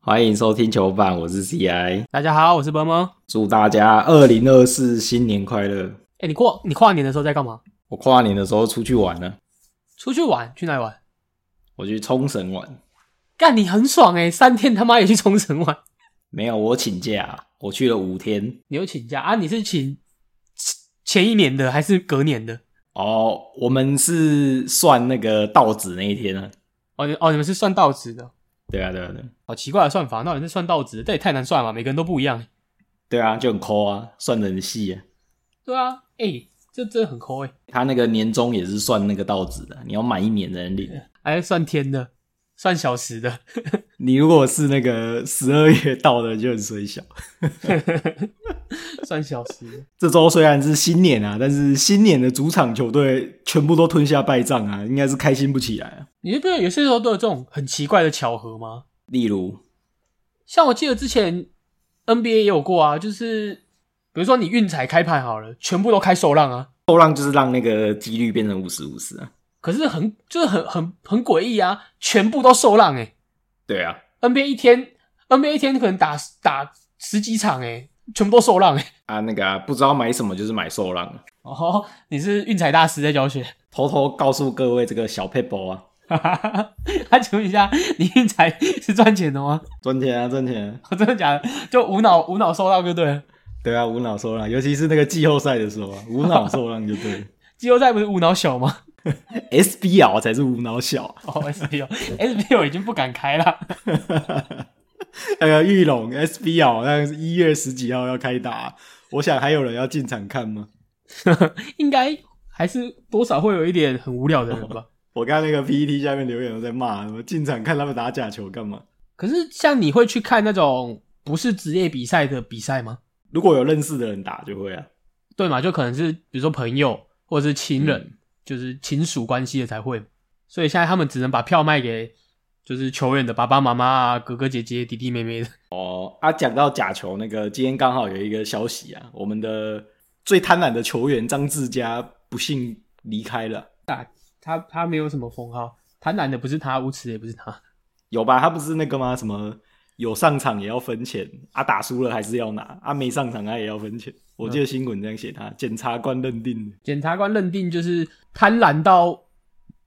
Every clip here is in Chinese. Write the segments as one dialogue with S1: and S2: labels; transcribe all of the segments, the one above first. S1: 欢迎收听球板，我是 CI，
S2: 大家好，我是波波。
S1: 祝大家二零二四新年快乐！
S2: 哎、你过你跨年的时候在干嘛？
S1: 我跨年的时候出去玩了，
S2: 出去玩？去哪里玩？
S1: 我去冲绳玩，
S2: 干你很爽哎、三天他妈也去冲绳玩。
S1: 没有我请假，我去了五天。
S2: 你有请假啊？你是请前一年的还是隔年的？
S1: 哦，我们是算那个稻子那一天啊。
S2: 哦，你哦，你们是算到值的，
S1: 对啊，对啊，对啊，
S2: 好奇怪的算法，那你是算到值的，这也太难算了吧，每个人都不一样。
S1: 对啊，就很抠啊，算的很细啊。
S2: 对啊，哎、这真的很抠哎、
S1: 他那个年终也是算那个稻子的，你要满一年才能领。
S2: 还哎算天的，算小时的。
S1: 你如果是那个十二月到的，就很水小。
S2: 算小时，
S1: 这周虽然是新年啊，但是新年的主场球队全部都吞下败仗啊，应该是开心不起来、啊。
S2: 你觉得有些时候都有这种很奇怪的巧合吗？
S1: 例如，
S2: 像我记得之前 NBA 也有过啊，就是比如说你运彩开盘好了，全部都开受让啊，
S1: 后浪就是让那个几率变成五十五十啊。
S2: 可是很就是很很很诡异啊，全部都受让欸诶、
S1: 对啊，
S2: NBA 一天 NBA 一天可能打打十几场诶、欸全部都受让诶、
S1: 啊那个啊，不知道买什么就是买受让，
S2: 哦，你是运彩大师在教学，
S1: 偷偷告诉各位这个小 p a p e 啊，
S2: 他啊请问一下，你运彩是赚钱的吗？哦
S1: 赚钱啊赚钱啊，
S2: 真的假的？就无脑无脑受让就对了。
S1: 对啊，无脑受让，尤其是那个季后赛的时候 啊，无脑受让就对了。
S2: 季后赛不是无脑小吗？
S1: SBL 才是无脑小，
S2: 哦，SBO，SBO 已经不敢开了。
S1: 那个玉龙 SBL 那是一月十几号要开打、啊我想还有人要进场看吗？
S2: 应该还是多少会有一点很无聊的人吧。
S1: 我看那个 PPT 下面留言都在骂，什么进场看他们打假球干嘛？
S2: 可是像你会去看那种不是职业比赛的比赛吗？
S1: 如果有认识的人打就会啊，
S2: 对嘛，就可能是比如说朋友或者是亲人，就是亲属关系的才会。所以现在他们只能把票卖给就是球员的爸爸妈妈啊、哥哥姐姐、弟弟妹妹的。
S1: 哦啊，讲到假球，那个今天刚好有一个消息啊，我们的最贪婪的球员张志佳不幸离开了，
S2: 他他没有什么封号，贪婪的不是他，无耻的也不是他。
S1: 有吧？他不是那个吗？什么有上场也要分钱啊，打输了还是要拿啊，没上场他也要分钱。我记得新闻这样写他，检察官认定的
S2: 检察官认定就是贪婪到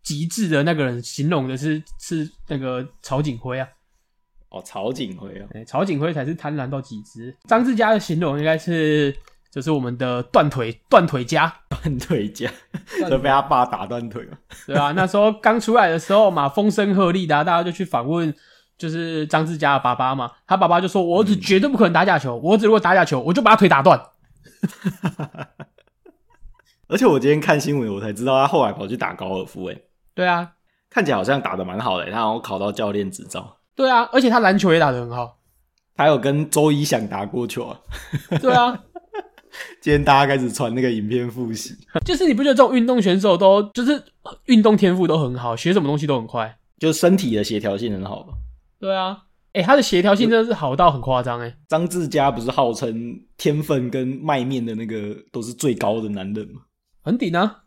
S2: 极致的那个人，形容的是是那个曹景辉啊。
S1: 哦，曹景辉哦，
S2: 欸、曹景辉才是贪婪到极致。张志佳的形容应该是，就是我们的断腿断腿家，
S1: 断腿家，
S2: 断腿
S1: 就被他爸打断腿了。
S2: 对吧、那时候刚出来的时候嘛，风声鹤唳的啊、大家就去访问，就是张志佳的爸爸嘛。他爸爸就说：“我儿子绝对不可能打假球，我儿子如果打假球，我就把他腿打断。
S1: 而且我今天看新闻，我才知道他后来跑去打高尔夫、欸，诶，”
S2: 对啊，
S1: 看起来好像打得蛮好的、他好像考到教练执照，
S2: 对啊，而且他篮球也打得很好。
S1: 他有跟周一翔打过球啊。
S2: 对啊，
S1: 今天大家开始传那个影片复习，
S2: 就是你不觉得这种运动选手都就是运动天赋都很好，学什么东西都很快？
S1: 就身体的协调性很好吧。
S2: 对啊，哎、他的协调性真的是好到很夸张哎。
S1: 张志佳不是号称天分跟卖面的那个都是最高的男人吗？
S2: 很顶啊！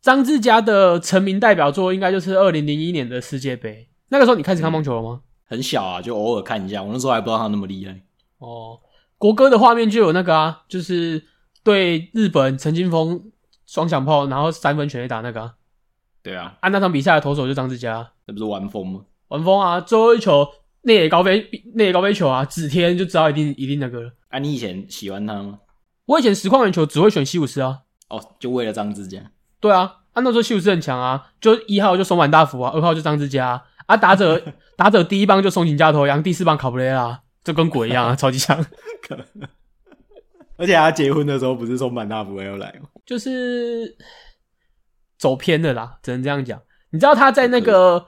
S2: 张志佳的成名代表作应该就是二零零一年的世界杯。那个时候你开始看棒球了吗？
S1: 很小啊，就偶尔看一下。我那时候还不知道他那么厉害。
S2: 哦，国歌的画面就有那个啊，就是对日本陈金峰双响炮，然后三分全垒打那个啊。
S1: 对啊，
S2: 啊，那场比赛的投手就张志佳，
S1: 那不是玩疯吗？
S2: 完封啊，最后一球内野高飞，内野高飞球啊，指天就知道一定一定那个了。
S1: 啊，你以前喜欢他吗？
S2: 我以前实况员球只会选西武斯啊，
S1: 哦，就为了张志佳。
S2: 对啊，啊那时候西武斯很强啊，就一号就松坂大辅啊，二号就张志佳啊，啊打者打者第一棒就松井加头羊，第四棒卡布雷拉，就跟鬼一样啊，超级强。
S1: 而且他结婚的时候不是松坂大辅也要来吗？
S2: 就是走偏了啦，只能这样讲。你知道他在那个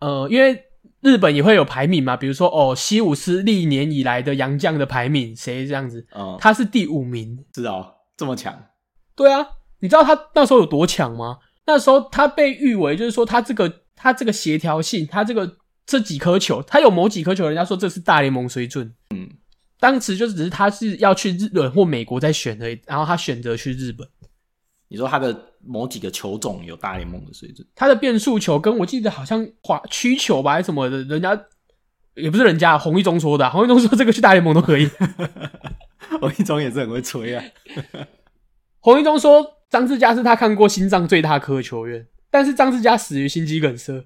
S2: 呃，因为日本也会有排名嘛，比如说哦，西武斯历年以来的洋将的排名谁这样子，
S1: 嗯，
S2: 他是第五名。
S1: 是哦，这么强。
S2: 对啊，你知道他那时候有多强吗？那时候他被誉为就是说他这个他这个协调性，他这个这几颗球，他有某几颗球，人家说这是大联盟水准。嗯，当时就只是他是要去日本或美国再选而已，然后他选择去日本。
S1: 你说他的某几个球种有大联盟的水准，
S2: 他的变速球跟我记得好像滑曲球吧，还是什么的，人家也不是人家洪一中说的啊、洪一中说这个去大联盟都可以。
S1: 我一中也是很会吹啊，
S2: 洪一中说张志佳是他看过心脏最大颗的球员，但是张志佳死于心肌梗塞。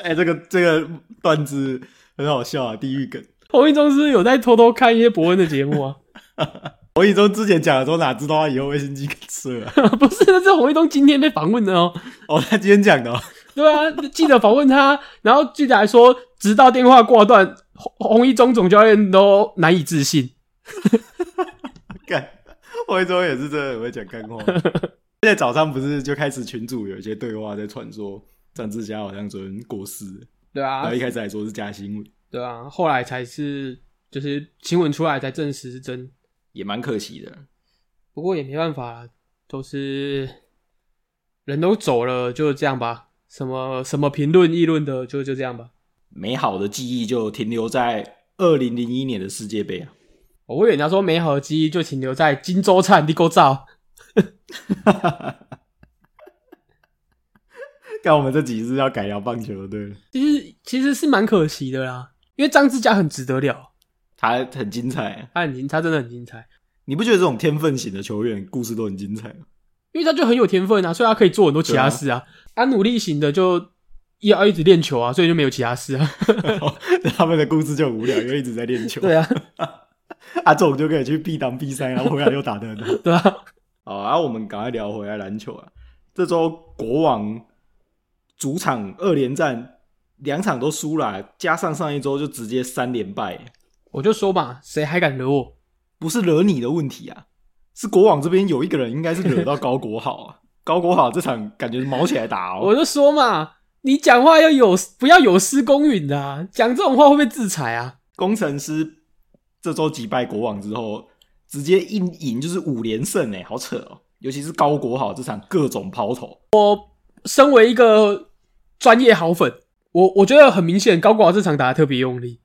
S1: 哎、这个这个段子很好笑啊，地狱梗。
S2: 洪一中是不是有在偷偷看一些伯恩的节目啊？
S1: 我一中之前讲的时候，哪知道他以后会心肌梗塞啊？
S2: 不是，那是洪一中今天被访问的哦。
S1: 哦，他今天讲的、哦，
S2: 对啊，记者访问他，然后记者还说，直到电话挂断，洪洪一中总教练都难以置信。
S1: 干，我一中也是真的很会讲干话。 现在早上不是就开始群组有一些对话在传说，张志佳好像昨天过世了，
S2: 对
S1: 然
S2: 啊
S1: 后，一开始还说是假新闻，
S2: 对啊，后来才是就是新闻出来才证实是真，
S1: 也蛮可惜的。
S2: 不过也没办法啦，都是人都走了，就这样吧。什么什么评论议论的，就就这样吧。
S1: 美好的记忆就停留在二零零一年的世界杯啊。
S2: 我以为人家说美好的记忆就停留在金州灿地沟照，
S1: 看我们这几次要改聊棒球了，对了，
S2: 其实其实是蛮可惜的啦，因为张志佳很值得聊，
S1: 他很精彩啊、
S2: 他很精，他真的很精彩。
S1: 你不觉得这种天分型的球员故事都很精彩吗？
S2: 因为他就很有天分啊，所以他可以做很多其他事啊。他、努力型的就要一直练球啊，所以就没有其他事啊。
S1: 哦他们的故事就很无聊，因为一直在练球。
S2: 对啊，
S1: 啊，这种就可以去必当必三，然后回来又打得很好。
S2: 对啊，
S1: 好啊，我们赶快聊回来篮球啊。这周国王主场二连战，两场都输了，啊加上上一周就直接三连败，
S2: 我就说嘛，谁还敢惹我？
S1: 不是惹你的问题啊，是国王这边有一个人应该是惹到高国豪啊。高国豪这场感觉是毛起来打哦，
S2: 我就说嘛，你讲话要有不要有失公允的、啊，讲这种话会被制裁啊。
S1: 工程师这周击败国王之后，直接一赢就是五连胜哎、好扯哦！尤其是高国豪这场各种抛投，
S2: 身为一个专业好粉，我我觉得很明显，高国豪这场打的特别用力，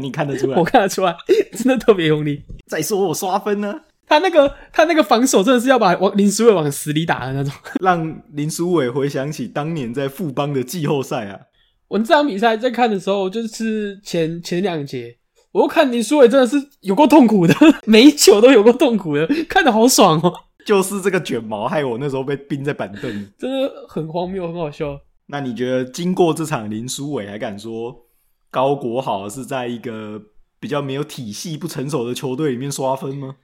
S1: 你看得出来
S2: 我。看得出来， 真的特别用力。
S1: 再说我刷分呢，
S2: 他那个他那个防守真的是要把往林书伟往死里打的那种。
S1: 让林书伟回想起当年在富邦的季后赛啊，
S2: 我这场比赛在看的时候，就是前前两节，我又看林书伟真的是有够痛苦的， 每一球都有够痛苦的，看得好爽哦，
S1: 就是这个卷毛害我那时候被冰在板凳。
S2: 真的很荒谬，很好笑。
S1: 那你觉得经过这场林书伟还敢说高国豪是在一个比较没有体系、不成熟的球队里面刷分吗？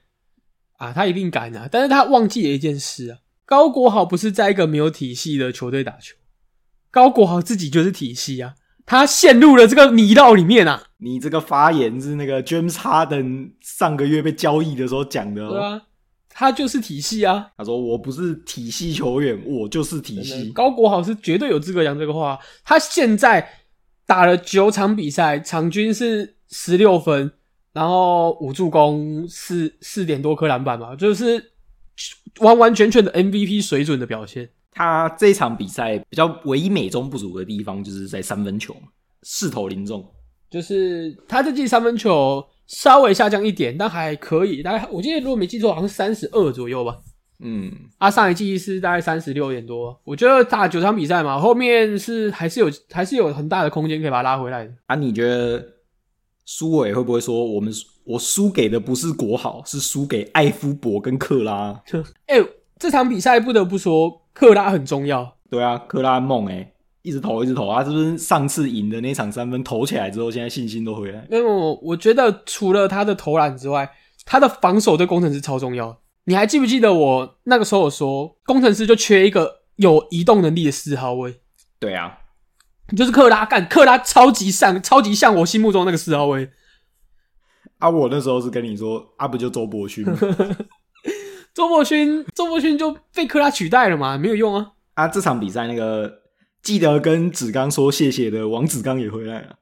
S2: 啊，他一定敢啊！但是他忘记了一件事啊，高国豪不是在一个没有体系的球队打球，高国豪自己就是体系啊，他陷入了这个泥淖里面啊。
S1: 你这个发言是那个 James Harden 上个月被交易的时候讲的、哦。
S2: 对啊，他就是体系啊。
S1: 他说：“我不是体系球员，我就是体
S2: 真的
S1: 系。
S2: 高国豪是绝对有资格讲这个话。他现在打了九场比赛，场均是十六分，然后五助攻四四点多颗篮板嘛，就是完完全全的 MVP 水准的表现。
S1: 他这一场比赛比较唯一美中不足的地方，就是在三分球嘛势头零中。
S2: 就是他这季三分球稍微下降一点，但还可以。大概我记得如果没记错，好像三十二左右吧。
S1: 嗯，
S2: 啊，上一季是大概三十六点多，我觉得打九场比赛嘛，后面是还是有还是有很大的空间可以把他拉回来的。
S1: 啊，你觉得苏伟会不会说我们我输给的不是国豪，是输给艾夫伯跟克拉？
S2: 哎、这场比赛不得不说，克拉很重要。
S1: 对啊，克拉梦哎、一直投一直投，啊他是不是上次赢的那场三分投起来之后，现在信心都回来？
S2: 那么我觉得除了他的投篮之外，他的防守对工程师超重要。你还记不记得我那个时候我说，工程师就缺一个有移动能力的四号位，
S1: 对啊，
S2: 就是克拉干，克拉超级像，超级像我心目中那个四号位。
S1: 啊，我那时候是跟你说，啊，不就周伯 勋吗？
S2: 周伯勋，周伯勋就被克拉取代了嘛，没有用啊。
S1: 啊，这场比赛那个记得跟子刚说谢谢的王子刚也回来了，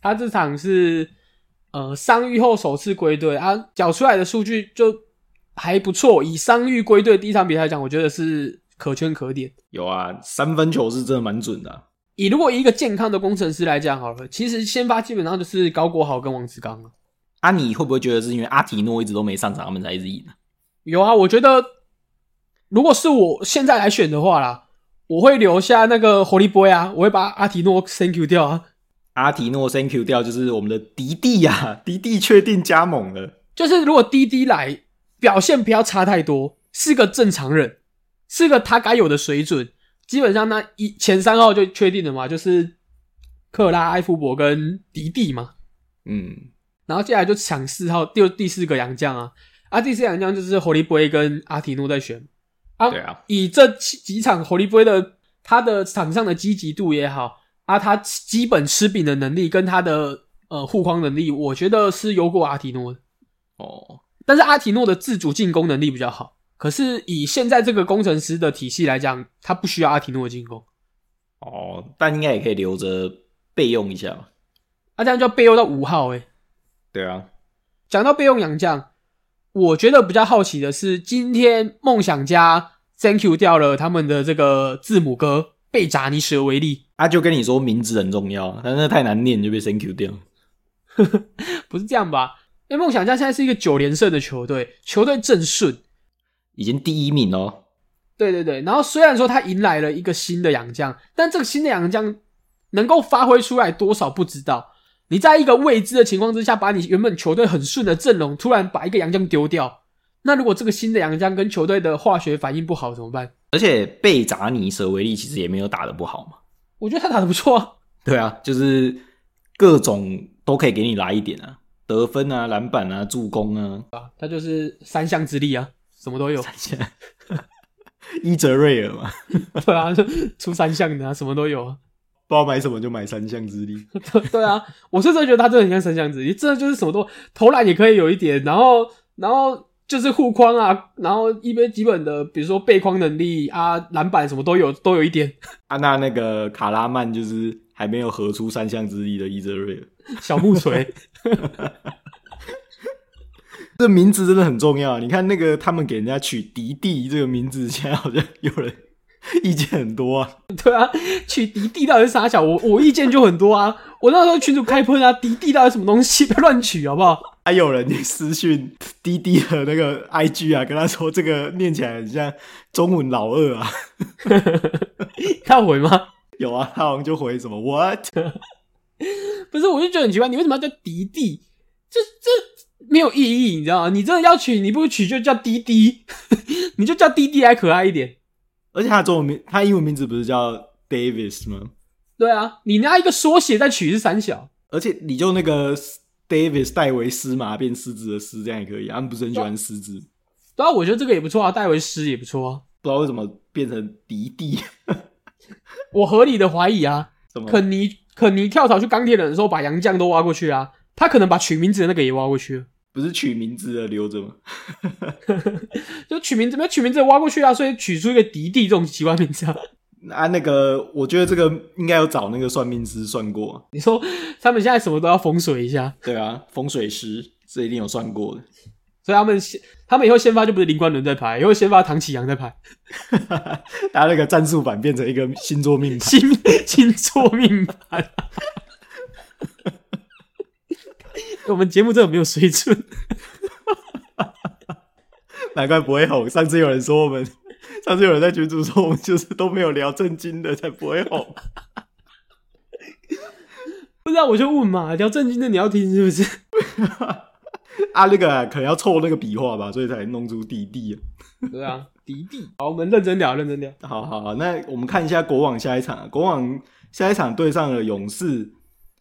S2: 他这场是呃伤愈后首次归队，啊，缴出来的数据就还不错。以伤愈归队第一场比赛来讲，我觉得是可圈可点。
S1: 有啊，三分球是真的蛮准的啊、
S2: 以如果以一个健康的工程师来讲好了，其实先发基本上就是高国豪跟王志刚了。
S1: 啊，你会不会觉得是因为阿提诺一直都没上场，他们才一直赢啊？
S2: 有啊，我觉得如果是我现在来选的话啦，我会留下那个活力 boy 啊，我会把阿提诺 thank you 掉啊。
S1: 阿提诺 thank you 掉就是我们的迪弟呀、啊，迪弟确定加盟了。
S2: 就是如果滴滴来表现不要差太多，是个正常人，是个他该有的水准。基本上那一前三号就确定了嘛，就是克拉、埃夫伯跟迪迪嘛。
S1: 嗯，
S2: 然后接下来就抢四号，第第四个洋将啊，啊，第四个洋将就是侯利波跟阿提诺在选啊。
S1: 对啊，
S2: 以这几几场侯利波的他的场上的积极度也好，啊，他基本吃饼的能力跟他的呃护框能力，我觉得是优过阿提诺的。
S1: 哦，
S2: 但是阿提诺的自主进攻能力比较好，可是以现在这个工程师的体系来讲，他不需要阿提诺的进攻，
S1: 哦，但应该也可以留着备用一下嘛。
S2: 啊，这样就要备用到五号诶、
S1: 对啊，
S2: 讲到备用洋将，我觉得比较好奇的是，今天梦想家 Thank you 掉了他们的这个字母哥贝扎尼舍维利，
S1: 啊，就跟你说名字很重要，但是太难念就被 thank you 掉。
S2: 不是这样吧？因为梦想家现在是一个九连胜的球队，球队正顺，
S1: 已经第一名哦。
S2: 对对对，然后虽然说他迎来了一个新的洋将，但这个新的洋将能够发挥出来多少不知道。你在一个未知的情况之下，把你原本球队很顺的阵容，突然把一个洋将丢掉，那如果这个新的洋将跟球队的化学反应不好怎么办？
S1: 而且贝扎尼舍维利其实也没有打得不好嘛。
S2: 我觉得他打得不错啊，
S1: 对啊，就是各种都可以给你来一点啊，得分啊、篮板啊、助攻啊，
S2: 他就是三项之力啊，什么都有。
S1: 伊泽瑞尔嘛，
S2: 对啊， 就出三项的啊，什么都有啊。
S1: 不知道买什么就买三项之力。
S2: 对 对啊，我是真的觉得他真的很像三项子，你真的就是什么都投篮也可以有一点，然后然后就是护框啊，然后一边基本的，比如说背框能力啊、篮板什么都有，都有一点。
S1: 啊，那那个卡拉曼就是还没有合出三项之力的伊泽瑞尔，
S2: 小木锤，
S1: 这名字真的很重要。你看那个他们给人家取迪弟这个名字，现在好像有人意见很多啊。
S2: 取迪弟到底是啥小？我我意见就很多啊，我那时候群主开喷啊，迪弟到底什么东西，不要乱取好不好？
S1: 还有人去私讯滴滴的那个 IG 啊，跟他说这个念起来很像中文老二啊。
S2: 他回吗？
S1: 有啊， 他好像就回什么 What？
S2: 不是，我就觉得很奇怪，你为什么要叫迪弟？这这没有意义，你知道吗？你真的要取，你不取就叫滴滴， 你就叫滴滴还可爱一点。
S1: 而且他中文名，他英文名字不是叫 Davis 吗？
S2: 对啊，你拿一个缩写再取是三小，
S1: 而且你就那个 Davis 戴维斯嘛，变狮子的狮，这样也可以啊。他们不是很喜欢狮子，
S2: 对啊，我觉得这个也不错啊，戴维斯也不错啊。
S1: 不知道为什么变成迪弟，
S2: 我合理的怀疑啊，
S1: 什么
S2: 肯尼肯尼跳槽去钢铁人的时候，把杨绛都挖过去啊，他可能把取名字的那个也挖过去了，
S1: 不是取名字的留着吗？
S2: 就取名字没有取名字的挖过去啊，所以取出一个迪弟这种奇怪名字啊。
S1: 啊，那个我觉得这个应该有找那个算命师算过啊、
S2: 你说他们现在什么都要封锁一下，
S1: 对啊，风水师这一定有算过的。
S2: 所以他们先他们以后先发就不是林冠伦在排，以后先发唐启阳在 排，
S1: 他那个战术版变成一个星座命盘，
S2: 星星座命盘。 我们节目真的没有水准。
S1: 难怪不会红。上次有人说我们，上次有人在群组说我们就是都没有聊正经的，才不会红。
S2: 不知道我就问嘛，聊正经的你要听是不是？
S1: 啊，那个啊、可能要凑那个笔画吧，所以才弄出弟弟、啊。
S2: 对 啊，迪弟。好，我们认真聊，认真聊。
S1: 好好好，那我们看一下国网下一场啊，国网下一场对上了勇士，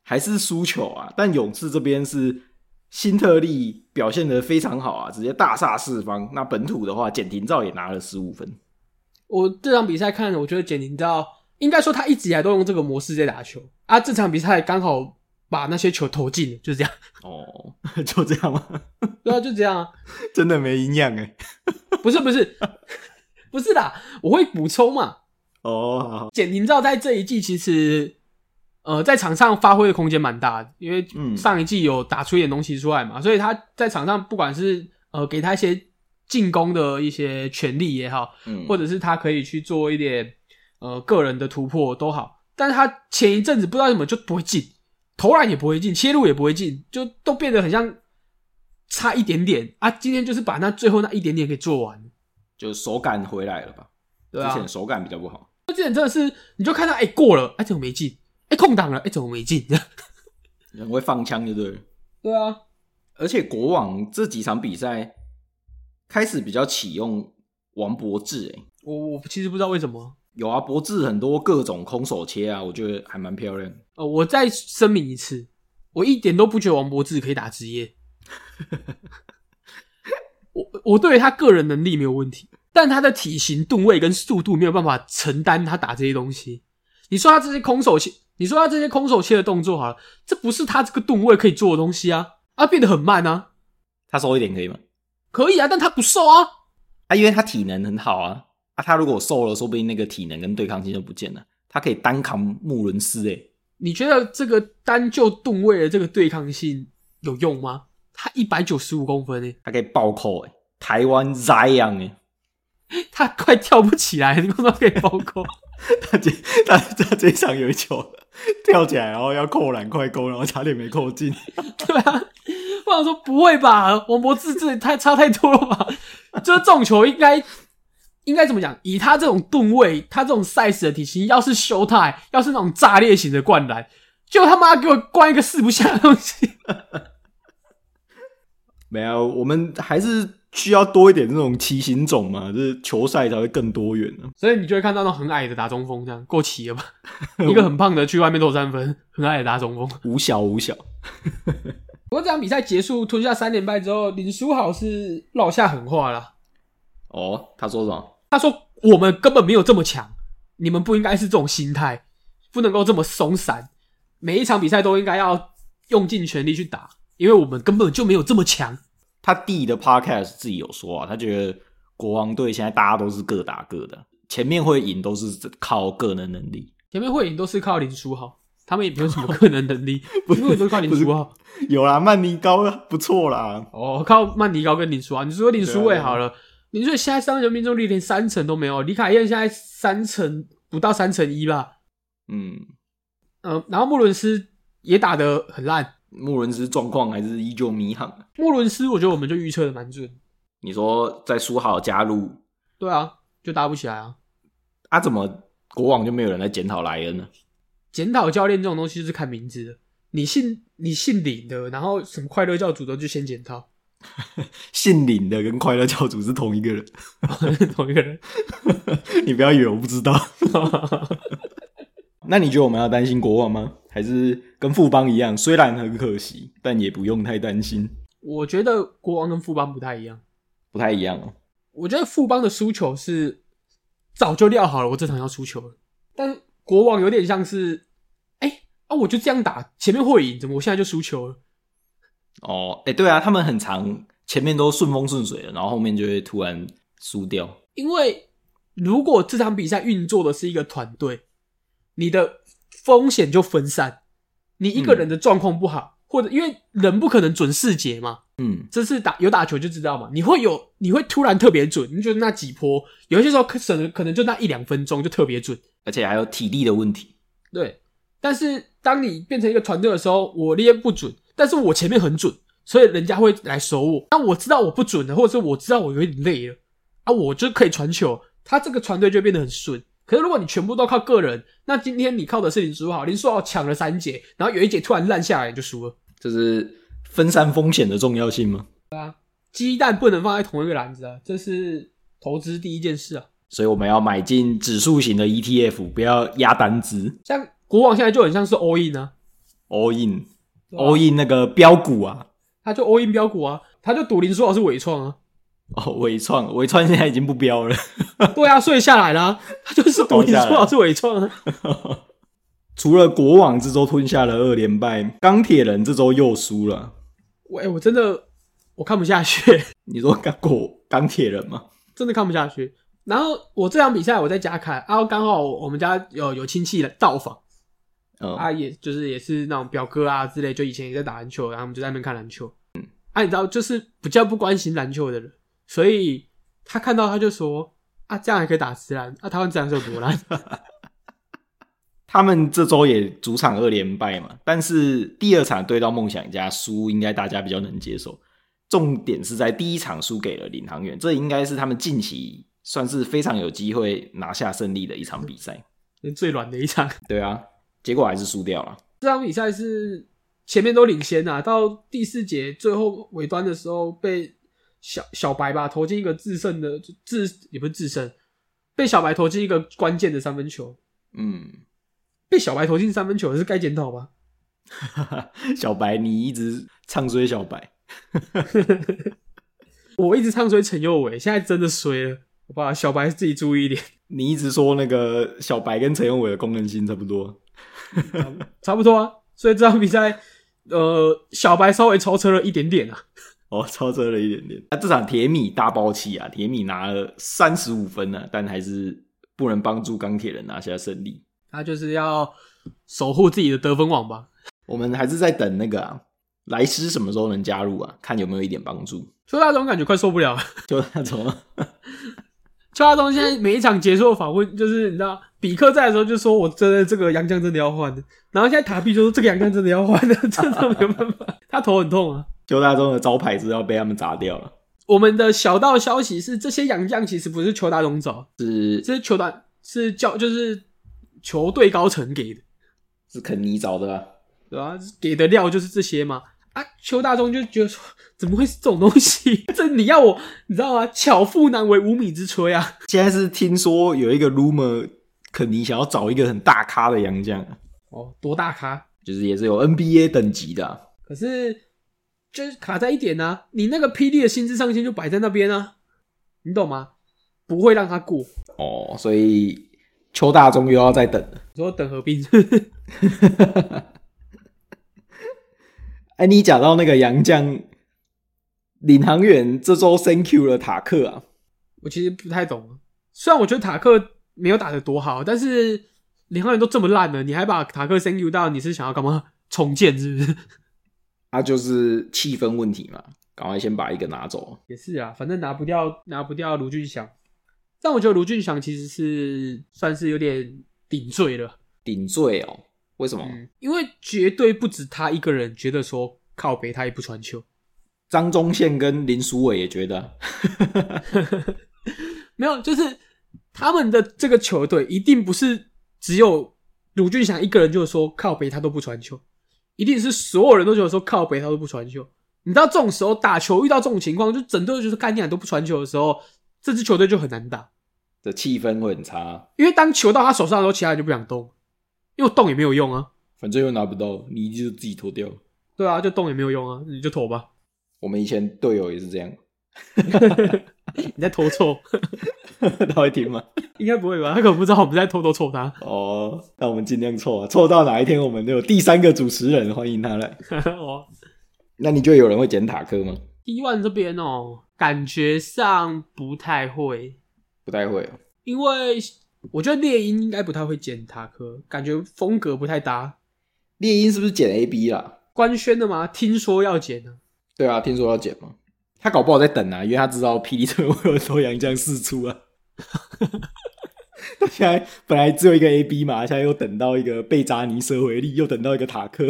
S1: 还是输球啊？但勇士这边是新特利表现得非常好啊，直接大杀四方。那本土的话，简廷照也拿了十五分。
S2: 我这场比赛看，我觉得简宁照应该说他一直以来都用这个模式在打球啊。这场比赛刚好把那些球投进了，就是这样。
S1: 哦， 就这样吗？
S2: 对啊，就这样啊。
S1: 真的没营养哎。
S2: 不是不是 不是啦，我会补充嘛。
S1: 哦，好好
S2: 简廷照在这一季其实呃在场上发挥的空间蛮大的，因为
S1: 嗯
S2: 上一季有打出一点东西出来嘛，所以他在场上不管是呃给他一些进攻的一些权利也好，
S1: 嗯
S2: 或者是他可以去做一点呃个人的突破都好，但是他前一阵子不知道怎么就不会进，投篮也不会进，切入也不会进，就都变得很像差一点点啊。今天就是把那最后那一点点给做完，
S1: 就手感回来了吧？
S2: 对
S1: 之
S2: 啊
S1: 前，手感比较不好。
S2: 那这点真的是，你就看到哎、过了，哎、怎么没进？哎、空档了，哎、怎么没进？
S1: 很会放枪，就对了。
S2: 对啊，
S1: 而且国网这几场比赛开始比较启用王柏志，哎，
S2: 我我其实不知道为什么。
S1: 有啊，柏志很多各种空手切啊，我觉得还蛮漂亮。
S2: 呃，我再声明一次，我一点都不觉得王柏志可以打职业。我我对于他个人能力没有问题，但他的体型、吨位跟速度没有办法承担他打这些东西。你说他这些空手切，你说他这些空手切的动作好了，这不是他这个吨位可以做的东西啊！啊，变得很慢啊，
S1: 他瘦一点可以吗？
S2: 可以啊，但他不瘦啊。
S1: 啊，因为他体能很好啊，啊，他如果瘦了，说不定那个体能跟对抗性就不见了。他可以单扛穆伦斯，哎，
S2: 你觉得这个单就吨位的这个对抗性有用吗？他一百九十五公分诶、欸
S1: 他可以暴扣，哎，台湾 Zion，哎，
S2: 他快跳不起来，你光他可以包括。
S1: 他这他他这一场有一球跳起来，然后要扣篮快攻，然后差点没扣进。
S2: 对啊，我想说不会吧，王柏志这也太差太多了吧？就是这种球应该应该怎么讲？以他这种吨位，他这种 size 的体型，要是修泰，要是那种炸裂型的灌篮，就他妈给我灌一个四不像的东西。
S1: 没有，我们还是需要多一点这种奇形种嘛，就是球赛才会更多元啊呢、
S2: 所以你就会看到那种很矮的打中锋，这样够齐了吧？一个很胖的去外面投三分，很矮的打中锋。
S1: 五小五小，
S2: 不过这场比赛结束，吞下三连败之后，林书豪是落下狠话了。
S1: 哦，他说什么？
S2: 他说：“我们根本没有这么强，你们不应该是这种心态，不能够这么松散，每一场比赛都应该要用尽全力去打，因为我们根本就没有这么强。
S1: 他弟的 podcast 自己有说啊，他觉得国王队现在大家都是各打各的，前面会赢都是靠个人能力，
S2: 前面会赢都是靠林书豪，他们也没有什么个人能力，
S1: 不
S2: 不
S1: 是
S2: 是都是靠林书豪
S1: 有啦，曼尼高不错啦，
S2: 哦，靠曼尼高跟林书豪。你说林
S1: 对
S2: 书
S1: 啊
S2: 伟
S1: 对啊
S2: 好了，林书伟现在三人命中率连三成都没有，李凯燕现在三成不到三成一吧，
S1: 嗯，
S2: 嗯、然后穆伦斯也打得很烂，
S1: 穆伦斯状况还是依旧迷航。
S2: 穆伦斯我觉得我们就预测的蛮准，
S1: 你说在苏豪加入
S2: 对啊，就打不起来啊。”
S1: 啊，怎么国王就没有人来检讨莱恩呢？
S2: 检讨教练这种东西就是看名字的，你姓你姓李的，然后什么快乐教主的就先检讨，
S1: 姓林的跟快乐教主是同一个人，
S2: 同一个人。
S1: 你不要以为我不知道。那你觉得我们要担心国王吗？还是跟富邦一样，虽然很可惜，但也不用太担心，
S2: 我觉得国王跟富邦不太一样，
S1: 不太一样哦。
S2: 我觉得富邦的输球是早就料好了，我这场要输球了，但国王有点像是，哎、啊我就这样打，前面会赢，怎么我现在就输球了？
S1: 哦，哎、对啊，他们很长，前面都顺风顺水的，然后后面就会突然输掉。
S2: 因为如果这场比赛运作的是一个团队，你的风险就分散，你一个人的状况不好，或者因为人不可能准四节嘛。
S1: 嗯，
S2: 这次打有打球就知道嘛，你会有你会突然特别准，你就那几波，有一些时候可能可能就那一两分钟就特别准，
S1: 而且还有体力的问题。
S2: 对。但是当你变成一个团队的时候，我练不准，但是我前面很准，所以人家会来守我。那我知道我不准了，或者是我知道我有点累了，啊，我就可以传球，他这个团队就变得很顺。可是如果你全部都靠个人，那今天你靠的是林书豪，林书豪抢了三节，然后有一节突然烂下来，你就输了。
S1: 这是分散风险的重要性吗？
S2: 鸡蛋不能放在同一个篮子啊，这是投资第一件事啊。
S1: 所以我们要买进指数型的 ETF，不要压单只
S2: 像国王现在就很像是 all in 啊
S1: all in
S2: 对啊
S1: all in 那个标股啊，
S2: 他就 all in 标股啊，他就赌林书豪是伪创啊，
S1: 哦，伟创伟创现在已经不标了，
S2: 对啊，所以下来啦、他就是赌林书豪是伪创啊。
S1: 除了国网这周吞下了二连败，钢铁人这周又输了。
S2: 我、哎，我真的我看不下去，
S1: 你说钢果钢铁人吗？
S2: 真的看不下去。然后我这场比赛我在家看，然后刚好我们家有有亲戚来到访，
S1: 嗯，
S2: 啊，也就是也是那种表哥啊之类，就以前也在打篮球，然后我们就在那边看篮球。嗯，啊，你知道，就是比较不关心篮球的人，所以他看到他就说啊，这样还可以打直篮，啊，台湾直篮是有多烂？
S1: 他们这周也主场二连败嘛，但是第二场对到梦想家输，应该大家比较能接受。重点是在第一场输给了领航员，这应该是他们近期算是非常有机会拿下胜利的一场比赛。
S2: 最软的一场。
S1: 对啊，结果还是输掉了。
S2: 这场比赛是前面都领先啊，到第四节最后尾端的时候被小小白吧投进一个制胜的制也不是制胜，被小白投进一个关键的三分球，
S1: 嗯，
S2: 被小白投进三分球是该检讨吧？
S1: 小白，你一直唱衰小白，
S2: 我一直唱衰陈佑伟，现在真的衰了，好不好？小白自己注 意一点，
S1: 你一直说那个小白跟陈永伟的功能性差不多。
S2: 差不多啊。所以这场比赛，呃，小白稍微超车了一点点啊。
S1: 哦， 超车了一点点。那、这场铁米大爆气啊，铁米拿了三十五分呢、啊但还是不能帮助钢铁人拿下胜利。
S2: 他就是要守护自己的得分王吧。
S1: 我们还是在等那个啊，莱斯什么时候能加入啊？看有没有一点帮助。
S2: 邱大中感觉快受不了了。
S1: 就那种
S2: 邱大中现在每一场结束的访问，就是你知道，比克在的时候就说：“我真的这个杨绛真的要换的。”然后现在塔比就说：“这个杨绛真的要换 的，真的没有办法，他头很痛啊。
S1: 邱大中的招牌是要被他们砸掉了。”
S2: 我们的小道消息是，这些洋将其实不是邱大中找，
S1: 是
S2: 是球团是教就是球队高层给的，
S1: 是肯尼找的、啊，
S2: 对吧、给的料就是这些嘛。啊，邱大中就觉得说，怎么会是这种东西？ 这你要我，你知道吗？巧妇难为无米之炊啊。
S1: 现在是听说有一个 rumor，肯尼想要找一个很大咖的洋将，啊
S2: 哦，多大咖？
S1: 就是也是有 NBA 等级的啊、
S2: 可是就是卡在一点呢、啊，你那个 PD 的薪资上限就摆在那边啊，你懂吗？不会让他过，
S1: 哦，所以邱大中又要再等了。
S2: 你说等合并，
S1: 哎，你讲到那个洋将领航员这周 thank you 了塔克啊，
S2: 我其实不太懂。啊虽然我觉得塔克没有打得多好，但是领航员都这么烂了，你还把塔克 thank you 到，你是想要干嘛？重建是不是？
S1: 他就是气氛问题嘛，赶快先把一个拿走。
S2: 也是啊，反正拿不掉，拿不掉卢俊祥。但我觉得卢俊祥其实是算是有点顶罪了。
S1: 顶罪哦，为什么？
S2: 嗯，因为绝对不止他一个人觉得说靠北他也不传球，
S1: 张宗宪跟林书伟也觉得啊，
S2: 没有，就是他们的这个球队一定不是只有卢俊祥一个人就说靠北他都不传球，一定是所有人都觉得说靠北他都不传球。你知道这种时候打球遇到这种情况，就整队就是干你俩都不传球的时候，这支球队就很难打，
S1: 这气氛会很差，
S2: 因为当球到他手上的时候，其他人就不想动，因为动也没有用啊，
S1: 反正又拿不到，你就自己脱掉。
S2: 对啊，就动也没有用啊，你就投吧，
S1: 我们以前队友也是这样，
S2: 你在偷臭，
S1: 他会听吗？
S2: 应该不会吧？他可能不知道我们在偷偷臭他。
S1: 哦，那我们尽量凑啊，凑到哪一天我们有第三个主持人，欢迎他来。
S2: 哦
S1: 那你觉得有人会捡塔克吗？
S2: ，T one 这边哦，感觉上不太会，
S1: 不太会、哦。
S2: 因为我觉得猎鹰应该不太会剪塔科，感觉风格不太搭。
S1: 猎鹰是不是捡啊 AB 啦？
S2: 官宣的吗？听说要剪呢、
S1: 对啊，听说要捡嘛。他搞不好在等啊，因为他知道霹雳队会有多洋将释出啊。 他现在本来只有一个 AB 嘛，现在又等到一个贝扎尼蛇回力，又等到一个塔克，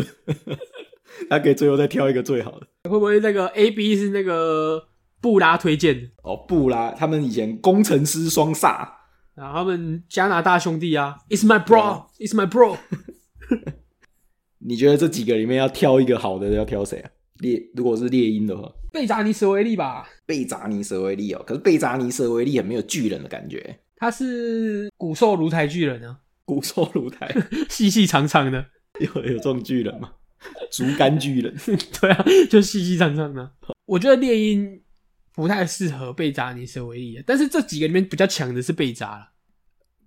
S1: 他可以最后再挑一个最好的。
S2: 会不会那个 A B 是那个布拉推荐的？
S1: 哦，布拉他们以前工程师双煞，
S2: 然啊后他们加拿大兄弟啊，It's my
S1: 对啊
S2: bro，It's my bro。
S1: 你觉得这几个里面要挑一个好的，要挑谁啊？猎如果是猎鹰的话，
S2: 贝扎尼史维利吧，
S1: 贝扎尼蛇威力哦，可是贝扎尼蛇威力很没有巨人的感觉，
S2: 他是骨瘦如柴巨人啊，
S1: 骨瘦如柴，
S2: 细细长长的。
S1: 有有这种巨人吗？竹竿巨人，
S2: 对啊，就细细长长的。我觉得猎鹰不太适合贝扎尼舍维利，啊但是这几个里面比较强的是贝扎了。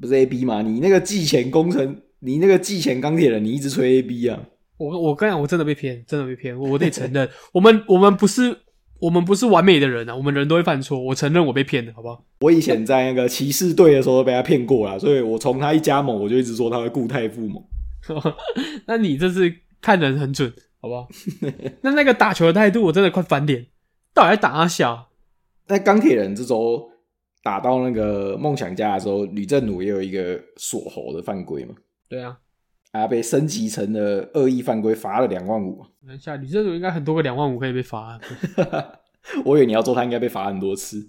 S1: 不是 A B 吗？你那个季前工程，你那个季前钢铁人，你一直吹 A B 啊？
S2: 我我跟你讲，我真的被骗，真的被骗，我我得承认，我们我们不是我们不是完美的人啊，我们人都会犯错，我承认我被骗了，好不好？
S1: 我以前在那个骑士队的时候被他骗过啦，所以我从他一加盟，我就一直说他会固态复萌。
S2: 那你这次看人很准，好不 好？那那个打球的态度，我真的快翻脸，到底在打阿小？
S1: 那钢铁人这周打到那个梦想家的时候，吕正儒也有一个锁喉的犯规嘛，
S2: 对啊，
S1: 啊，被升级成了恶意犯规，罚了两万五。
S2: 我看一下，吕正儒应该很多个两万五可以被罚啊、
S1: 我以为你要做，他应该被罚很多次。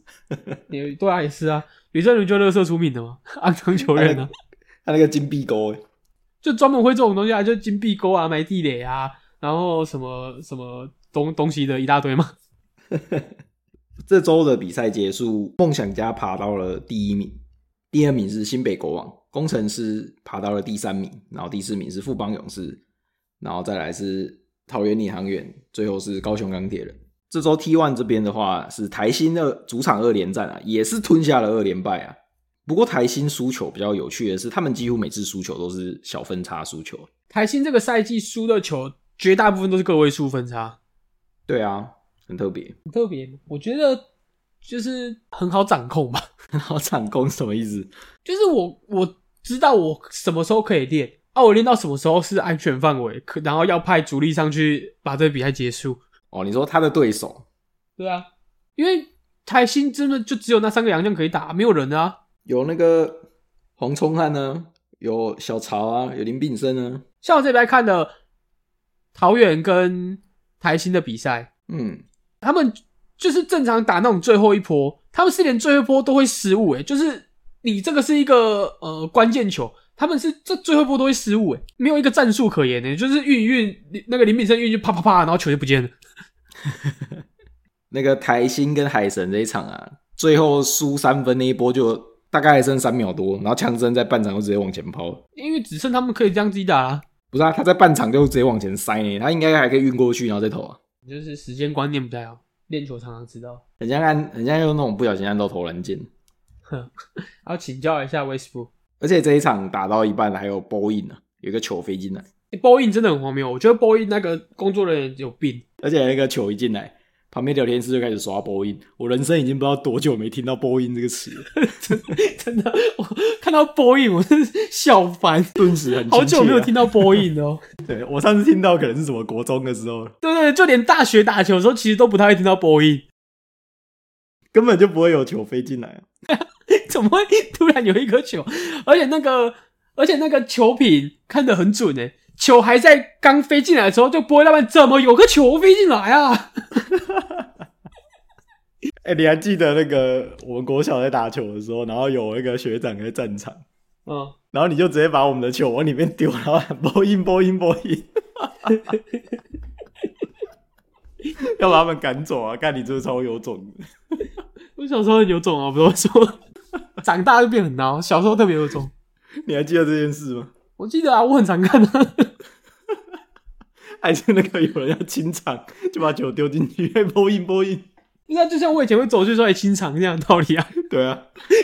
S2: 也对啊，也是啊。吕振儒就乐色出名的嘛，肮脏球员啊，
S1: 他那个金币钩、欸，
S2: 就专门会这种东西啊，就金币钩啊、埋地雷啊，然后什么什么东东西的一大堆嘛。
S1: 这周的比赛结束，梦想家爬到了第一名，第二名是新北国王，工程师爬到了第三名，然后第四名是富邦勇士，然后再来是桃园领航员，最后是高雄钢铁人。这周 T One 这边的话是台新二主场二连战啊，也是吞下了二连败啊。不过台新输球比较有趣的是，他们几乎每次输球都是小分差输球。
S2: 台新这个赛季输的球，绝大部分都是个位数分差，
S1: 对啊，很特别。
S2: 很特别。我觉得就是很好掌控吧，
S1: 然后场工什么意思？
S2: 就是我我知道我什么时候可以练，啊，我练到什么时候是安全范围，可然后要派主力上去把这个比赛结束。
S1: 哦，你说他的对手
S2: 对啊，因为台新真的就只有那三个洋将可以打，没有人啊。
S1: 有那个黄聪汉呢，有小曹啊，有林炳生呢，
S2: 像我这边看的桃园跟台新的比赛，
S1: 嗯，
S2: 他们就是正常打那种最后一波，他们是连最后一波都会失误，诶，就是你这个是一个呃关键球，他们是这最后一波都会失误，诶，欸没有一个战术可言的，欸就是运一运那个林炳胜运就啪啪啪，然后球就不见了。
S1: 那个台新跟海神这一场啊，最后输三分那一波就大概还剩三秒多，然后强森在半场就直接往前抛了，
S2: 因为只剩他们可以这样自己打啦，
S1: 不是啊，他在半场就直接往前塞呢，他应该还可以运过去然后再投啊，
S2: 就是时间观念不太好，练球常常知道。
S1: 很像按，很像用那种不小心按到投篮键，
S2: 然后请教一下威斯布，
S1: 而且这一场打到一半还有 b o i n 啊，有一个球飞进来，
S2: 波欸音真的很荒谬，我觉得波音那个工作人员有病。
S1: 而且那个球一进来。旁边聊天室就开始刷 b o i n 我人生已经不知道多久没听到 b o i n 这个词了，
S2: 真的，我看到波音我真是笑翻，
S1: 顿时很、啊
S2: 好久没有听。到波音了哦。
S1: 对我上次听到可能是什么国中的时候了，
S2: 对对，就连大学打球的时候，其实都不太会听到波音，
S1: 根本就不会有球飞进来啊。
S2: 怎么会突然有一颗球？而且那个，而且那个球品看得很准诶，球还在刚飞进来的时候就波到半，怎么有个球飞进来啊？
S1: 哎、你还记得那个我们国小在打球的时候，然后有那个学长在战场，
S2: 嗯，
S1: 然后你就直接把我们的球往里面丢，然后喊 b o i n b o i n b o i n 要把他们赶走啊！看你真的超有种的，
S2: 我小时候很有种啊，不是我说， 长大就变很孬，小时候特别有种。
S1: 你还记得这件事吗？
S2: 我记得啊，我很常看啊。
S1: 还是那个有人要清场，就把球丢进去 b o i n b o i n
S2: 那就像我以前会走去说“哎、清场”这样的道理啊，
S1: 对啊，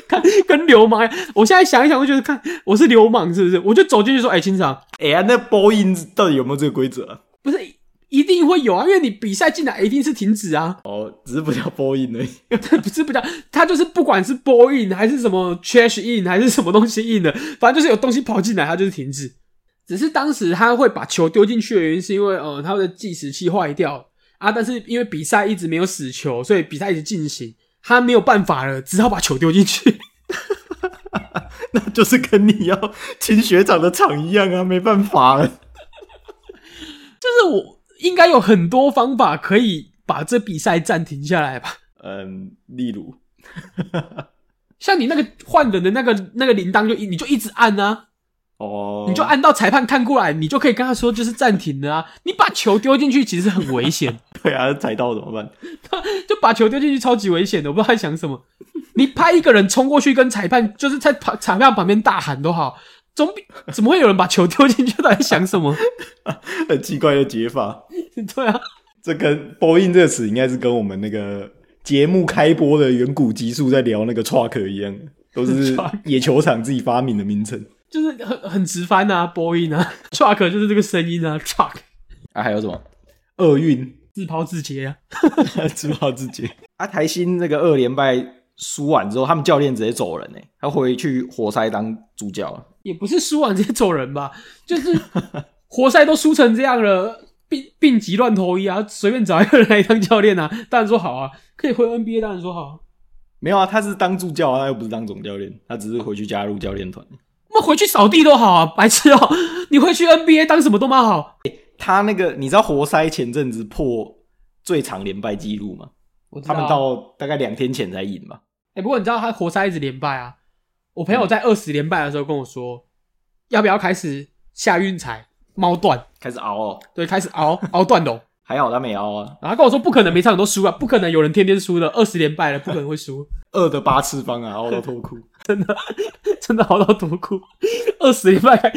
S2: 看跟流氓一样。我现在想一想，我觉得看我是流氓是不是？我就走进去说“哎、清场
S1: 哎、呀，那 b o i n 到底有没有这个规则啊？”，
S2: 不是一定会有啊，因为你比赛进来一定是停止啊，
S1: 哦，只是不叫 b o i n 而已。
S2: 不是不叫他就是不管是 ball in 还是什么 trash in 还是什么东西 in 的，反正就是有东西跑进来，他就是停止。只是当时他会把球丢进去的原因，是因为呃他的计时器坏掉了啊，但是因为比赛一直没有死球，所以比赛一直进行，他没有办法了，只好把球丢进去。
S1: 那就是跟你要请学长的场一样啊，没办法了。
S2: 就是我应该有很多方法可以把这比赛暂停下来吧。
S1: 嗯，例如，
S2: 像你那个换人的那个那个铃铛就一你就一直按啊，
S1: 哦，
S2: 你就按到裁判看过来，你就可以跟他说就是暂停了啊。你把球丢进去其实很危险，
S1: 对啊，踩到怎么 办？
S2: 就把球丢进去超级危险的，我不知道他在想什么。你派一个人冲过去跟裁判就是在旁裁判旁边大喊都好，总比怎么会有人把球丢进去？他在想什么？
S1: 很奇怪的解法。
S2: 对啊，
S1: 这跟播音这个词应该是跟我们那个节目开播的远古集数在聊那个 truck 一样，都是
S2: Truck
S1: 野球场自己发明的名称。
S2: 就是很很直翻啊，boy 啊，truck 就是这个声音啊，truck
S1: 啊，还有什么厄运？
S2: 自抛自截啊。
S1: 自暴自弃。啊，台新那个二连败输完之后，他们教练直接走人呢、欸他回去活塞当助教了。
S2: 也不是输完直接 走人吧，就是活塞都输成这样了，病病急乱投医啊，随便找一个人来当教练啊，当然说好啊，可以回 NBA 当然说好、啊，
S1: 没有啊，他是当助教啊，他又不是当总教练，他只是回去加入教练团。
S2: 那回去扫地都好啊，白痴哦、 你回去 NBA 当什么都蛮好，
S1: 他那个你知道活塞前阵子破最长连败记录吗？
S2: 我知
S1: 他
S2: 道
S1: 们到大概两天前才赢吧。
S2: 哎、不过你知道他活塞一直连败啊。我朋友在二十连败的时候跟我说，要不要开始下运彩猫断？
S1: 开始熬哦，
S2: 对，开始熬 熬断龙。
S1: 还好他没熬啊，
S2: 然后他跟我说，不可能每场都输啊，不可能有人天天输的，二十连败了，不可能会输，
S1: 饿的八次方啊，熬到脱 裤。
S2: 真的熬到多哭。二十连败开，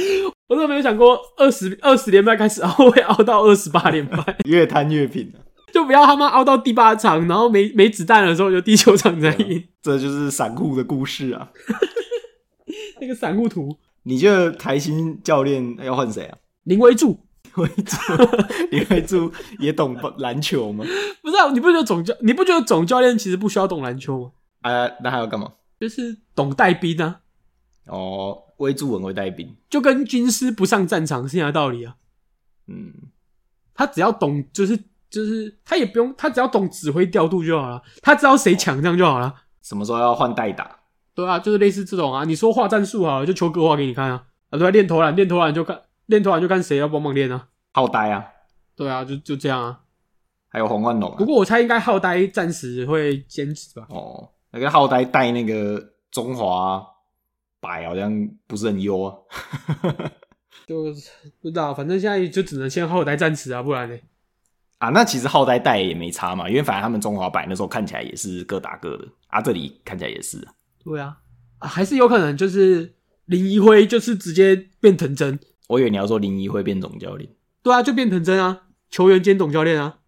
S2: 我真的没有想过二十二十连败开始 熬会熬到二十八连败，
S1: 越贪越贫啊，
S2: 就不要他妈熬到第八场，然后没没子弹的时候就第九场才赢。
S1: 这就是散户的故事啊。
S2: 那个散户图
S1: 你觉得台新教练要换谁啊？
S2: 林威柱，
S1: 林慧珠也懂篮球吗？
S2: 不是啊？你不觉得总教你不觉得总教练其实不需要懂篮球吗？
S1: 啊，那还要干嘛？
S2: 就是懂带兵啊，
S1: 哦，威助很会带兵，
S2: 就跟军师不上战场是一样的道理啊。
S1: 嗯，
S2: 他只要懂，就是就是他也不用，他只要懂指挥调度就好了，他知道谁抢这样就好了。
S1: 什么时候要换代打？
S2: 对啊，就是类似这种啊。你说画战术好了，就球哥画给你看啊。啊，对啊，练投篮，练投篮就看练投篮就看谁要帮忙练啊。
S1: 浩呆啊，
S2: 对啊，就就这样啊。
S1: 还有黄万龙、啊
S2: 不。过我猜应该浩呆暂时会坚持吧。
S1: 哦，那个浩呆带那个中华白好像不是很优啊。
S2: 就是不知道，反正现在就只能先后台战持啊，不然呢？
S1: 啊，那其实浩呆带也没差嘛，因为反正他们中华白那时候看起来也是各打各的，啊，这里看起来也是啊。
S2: 对啊，啊还是有可能就是林一辉就是直接变藤真，
S1: 我以为你要说林怡会变总教练，
S2: 对啊，就变藤真啊，球员兼总教练啊，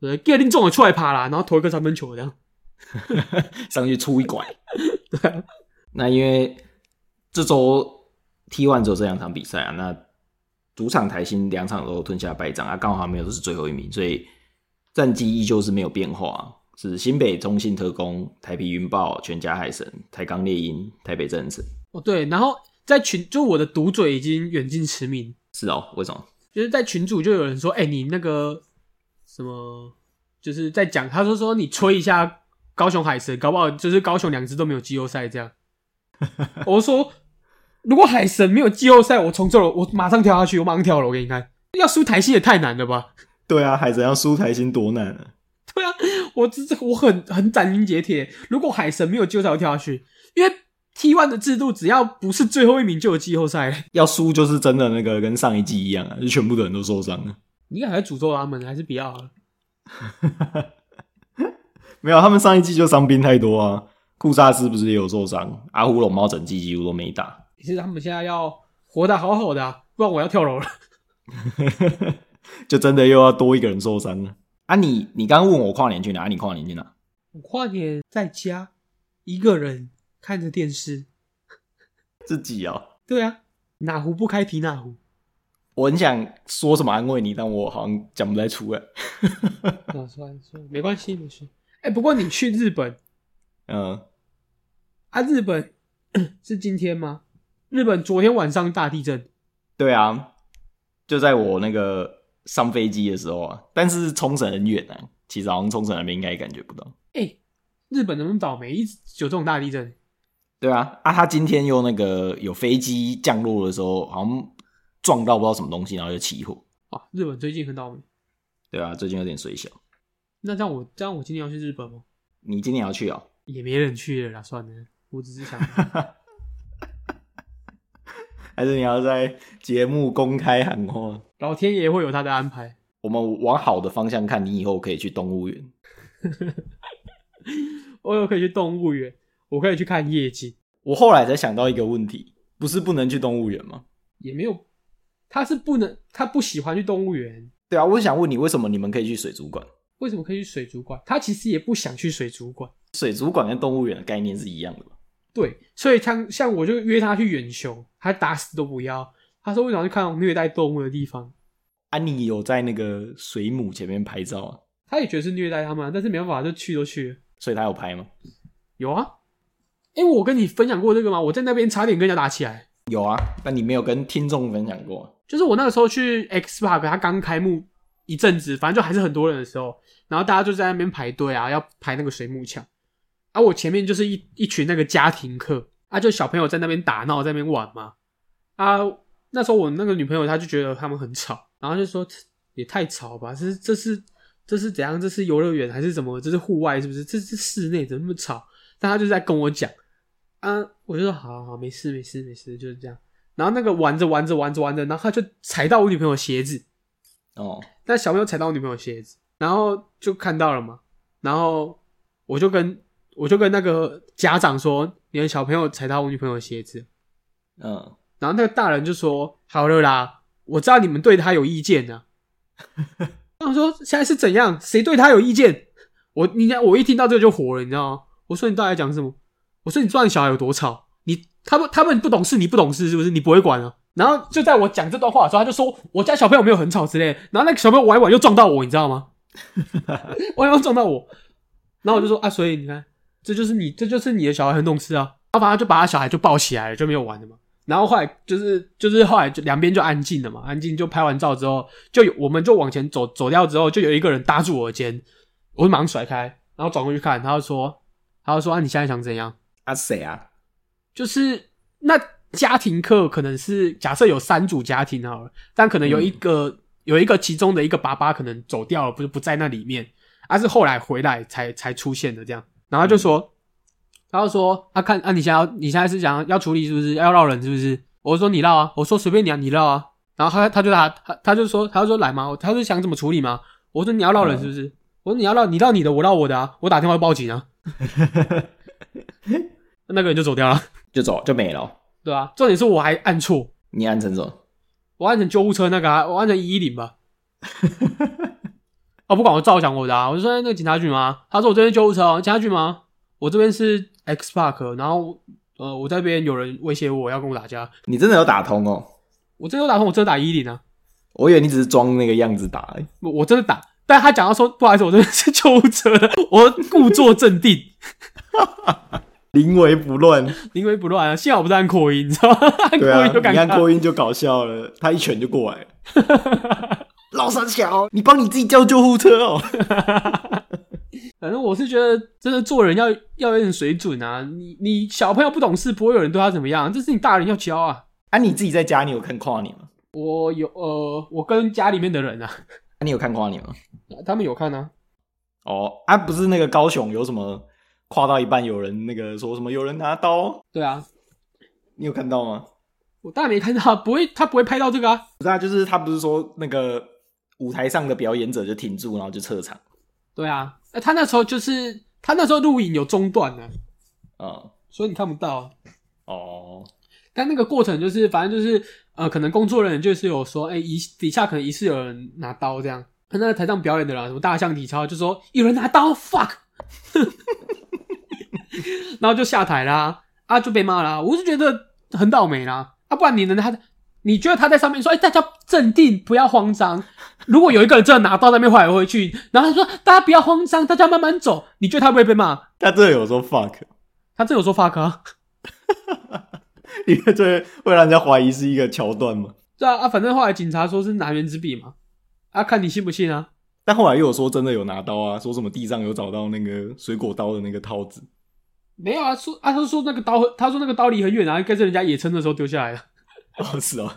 S2: 对，第二天中了出来爬啦，然后投一个三分球这样，
S1: 上去出一拐。啊那因为这周 T one 只有这两场比赛啊，那主场台新两场都吞下败仗啊，刚好他们又是最后一名，所以战绩依旧是没有变化啊，是新北中信特工、台北云豹、全家海神、台钢猎鹰、台北战神。
S2: 哦对，然后在群就我的读者已经远近驰名，
S1: 是哦，为什么？
S2: 就是在群主就有人说，哎、你那个什么，就是在讲，他说说你吹一下高雄海神，搞不好就是高雄两支都没有季后赛这样。我说，如果海神没有季后赛，我从这楼我马上跳下去，我马上跳楼给你看。要输台新也太难了吧？
S1: 对啊，海神要输台新多难啊！
S2: 我这这我很很斩钉截铁，如果海神没有季后赛，我跳下去，因为 T one 的制度只要不是最后一名就有季后赛了。
S1: 要输就是真的那个跟上一季一样啊，就全部的人都受伤了。
S2: 你应该还在诅咒他们，还是不要了？
S1: 没有，他们上一季就伤兵太多啊，库萨斯不是也有受伤，阿胡龙猫整季几乎都没打。
S2: 其实他们现在要活得好好的、啊，不然我要跳楼了。
S1: 就真的又要多一个人受伤了。啊你，你刚刚问我跨年去哪？啊你跨年去哪？
S2: 我跨年在家一个人看着电视。
S1: 自己哦，
S2: 对啊，哪壶不开提哪壶。
S1: 我很想说什么安慰你，但我好像讲不太出来。
S2: 啊，算了算了，没关系没事。哎、不过你去日本
S1: 嗯，
S2: 啊，日本 是今天吗？日本昨天晚上大地震，
S1: 对啊，就在我那个上飞机的时候啊，但是冲绳很远啊，其实好像冲绳那边应该也感觉不到。
S2: 哎、日本能不能倒霉？一直有这种大地震，
S1: 对啊，啊，他今天又那个有飞机降落的时候，好像撞到不知道什么东西，然后就起火。
S2: 啊，日本最近很倒霉。
S1: 对啊，最近有点水小。
S2: 那这样我这样我今天要去日本吗？
S1: 你今年要去哦？
S2: 也没人去了啦，算了，我只是想，
S1: 还是你要在节目公开喊话？
S2: 老天爷会有他的安排。
S1: 我们往好的方向看，你以后可以去动物园。
S2: 我又可以去动物园，我可以去看夜景，
S1: 我后来才想到一个问题，不是不能去动物园吗？
S2: 也没有，他是不能，他不喜欢去动物园，
S1: 对啊，我想问你，为什么你们可以去水族馆？
S2: 为什么可以去水族馆？他其实也不想去水族馆，
S1: 水族馆跟动物园的概念是一样的吧？
S2: 对，所以像像我就约他去远雄，他打死都不要。他说为什么要去看那种虐待动物的地方？
S1: 啊，你有在那个水母前面拍照啊？
S2: 他也觉得是虐待他们啊，但是没办法，就去都去了。
S1: 所以他有拍吗？
S2: 有啊，哎、我跟你分享过这个吗？我在那边差点跟人家打起来，
S1: 有啊，但你没有跟听众分享过啊、
S2: 就是我那个时候去 X Park，它刚开幕一阵子，反正就还是很多人的时候，然后大家就在那边排队啊，要排那个水幕墙。啊，我前面就是一一群那个家庭课啊，就小朋友在那边打闹，在那边玩嘛。啊，那时候我那个女朋友她就觉得他们很吵，然后就说也太吵吧，这是这是这是怎样？这是游乐园还是什么？这是户外是不是？这是室内怎么那么吵？但他就在跟我讲，啊，我就说好好好，没事没事没事，就是这样。然后那个玩着玩着玩着玩着，然后他就踩到我女朋友的鞋子，
S1: 哦，
S2: 但小朋友踩到我女朋友的鞋子，然后就看到了嘛，然后我就跟我就跟那个家长说，你的小朋友踩到我女朋友的鞋子，
S1: 嗯，
S2: 然后那个大人就说，好了啦，我知道你们对他有意见呢、啊。那我说现在是怎样？谁对他有意见？我你我一听到这个就火了，你知道吗？我说你到底在讲什么？我说你知道你小孩有多吵？你他们他们不懂事，你不懂事是不是？你不会管啊？然后就在我讲这段话的时候，他就说我家小朋友没有很吵之类的。然后那个小朋友玩一玩又撞到我，你知道吗？玩一玩撞到我，然后我就说啊，所以你看，这就是你这就是你的小孩很懂事啊。然后反正就把他小孩就抱起来了，就没有玩了嘛。然后后来就是就是后来就两边就安静了嘛，安静就拍完照之后，就有我们就往前走走掉之后，就有一个人搭住我的肩，我就马上甩开，然后转过去看，他就说，他就说啊，你现在想怎样？
S1: 啊谁啊？
S2: 就是那家庭课可能是假设有三组家庭好了，但可能有一个、有一个其中的一个爸爸可能走掉了，不是不在那里面，而、是后来回来才才出现的这样。然后他就说，他就说啊看啊你现在要你现在是想要要处理是不是要绕人是不是？我说你绕啊，我说随便你啊你绕啊。然后他他就他他他就说他就说来嘛，他就想怎么处理嘛。我说你要绕人是不是？我说你要绕你绕你的，我绕我的啊，我打电话报警啊。那个人就走掉了。
S1: 就走就没了哦，
S2: 对啊，重点是我还按错，
S1: 你按成什么？
S2: 我按成救护车那个、啊，我按成一一零 吧。哦，不管我照讲我的啊，我就说哎那个警察局吗？他说我这边救护车哦，警察局吗？我这边是 X Park，然后呃我这边有人威胁我要跟我打架，
S1: 你真的有打通哦？
S2: 我真的有打通，我真的打一一零啊，
S1: 我以为你只是装那个样子打而已，
S2: 我我真的打。但他讲到说不好意思，我这边是救护车的， 我故作镇定，
S1: 临危不乱。
S2: 临危不乱啊。幸好我不是按扩音，你知道吗？按
S1: 对
S2: 扩
S1: 啊，
S2: 音就尴
S1: 你按
S2: 尬。
S1: 扩音就搞笑了，他一拳就过 来了。老三小，你帮你自己叫救护车哦。
S2: 反正我是觉得，真的做人要要有点水准啊！你你小朋友不懂事，不会有人对他怎么样，这是你大人要教啊。
S1: 啊，你自己在家，你有看跨年吗？
S2: 我有呃，我跟家里面的人啊，
S1: 啊、你有看跨年吗？
S2: 他们有看啊，
S1: 哦，啊，不是那个高雄有什么跨到一半有人那个说什么有人拿刀，
S2: 对啊，
S1: 你有看到吗？
S2: 我当然没看到，不会，他不会拍到这个啊。
S1: 不是啊，就是他不是说那个舞台上的表演者就停住，然后就撤场。
S2: 对啊，呃他那时候就是他那时候录影有中断呢、
S1: 嗯，
S2: 所以你看不到啊、
S1: 哦，
S2: 但那个过程就是，反正就是呃，可能工作人员就是有说，哎、疑底下可能疑似有人拿刀这样。那个台上表演的人，什么大象体操，就说有人拿刀，fuck，然后就下台啦，啊就被骂啦。我是觉得很倒霉啦，啊不然你能他，你觉得他在上面说，哎、大家镇定，不要慌张。如果有一个人真的拿刀在那边晃来回去，然后他说大家不要慌张，大家慢慢走，你觉得他会不会被骂？
S1: 他这有说 fuck，
S2: 他真有说 fuck 啊？
S1: 因为这会让人家怀疑是一个桥段嘛。
S2: 对啊啊，反正后来警察说是拿原之笔嘛，啊，看你信不信啊。
S1: 但后来又有说真的有拿刀啊，说什么地上有找到那个水果刀的那个套子。
S2: 没有啊，说啊，他说那个刀，他说那个刀离很远啊，应该是人家野餐的时候丢下来的。
S1: 哦，是哦，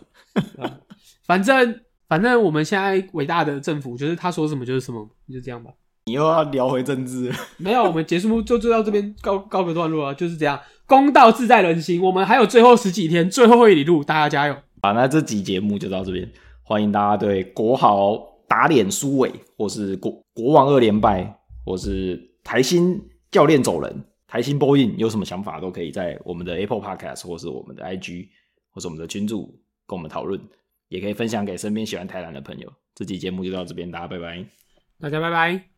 S2: 反正反正我们现在伟大的政府就是他说什么就是什么，就这样吧。
S1: 你又要聊回政治了，
S2: 没有，我们结束就就到这边告告个段落啊，就是这样。公道自在人心，我们还有最后十几天，最后会里路，大家加油！
S1: 好，那这集节目就到这边，欢迎大家对国豪打脸苏伟，或是国国王二连败，或是台新教练走人、台新 Boeing 有什么想法，都可以在我们的 Apple Podcast 或是我们的 IG 或是我们的群组跟我们讨论，也可以分享给身边喜欢台南的朋友。这集节目就到这边，大家拜拜。
S2: 大家拜拜。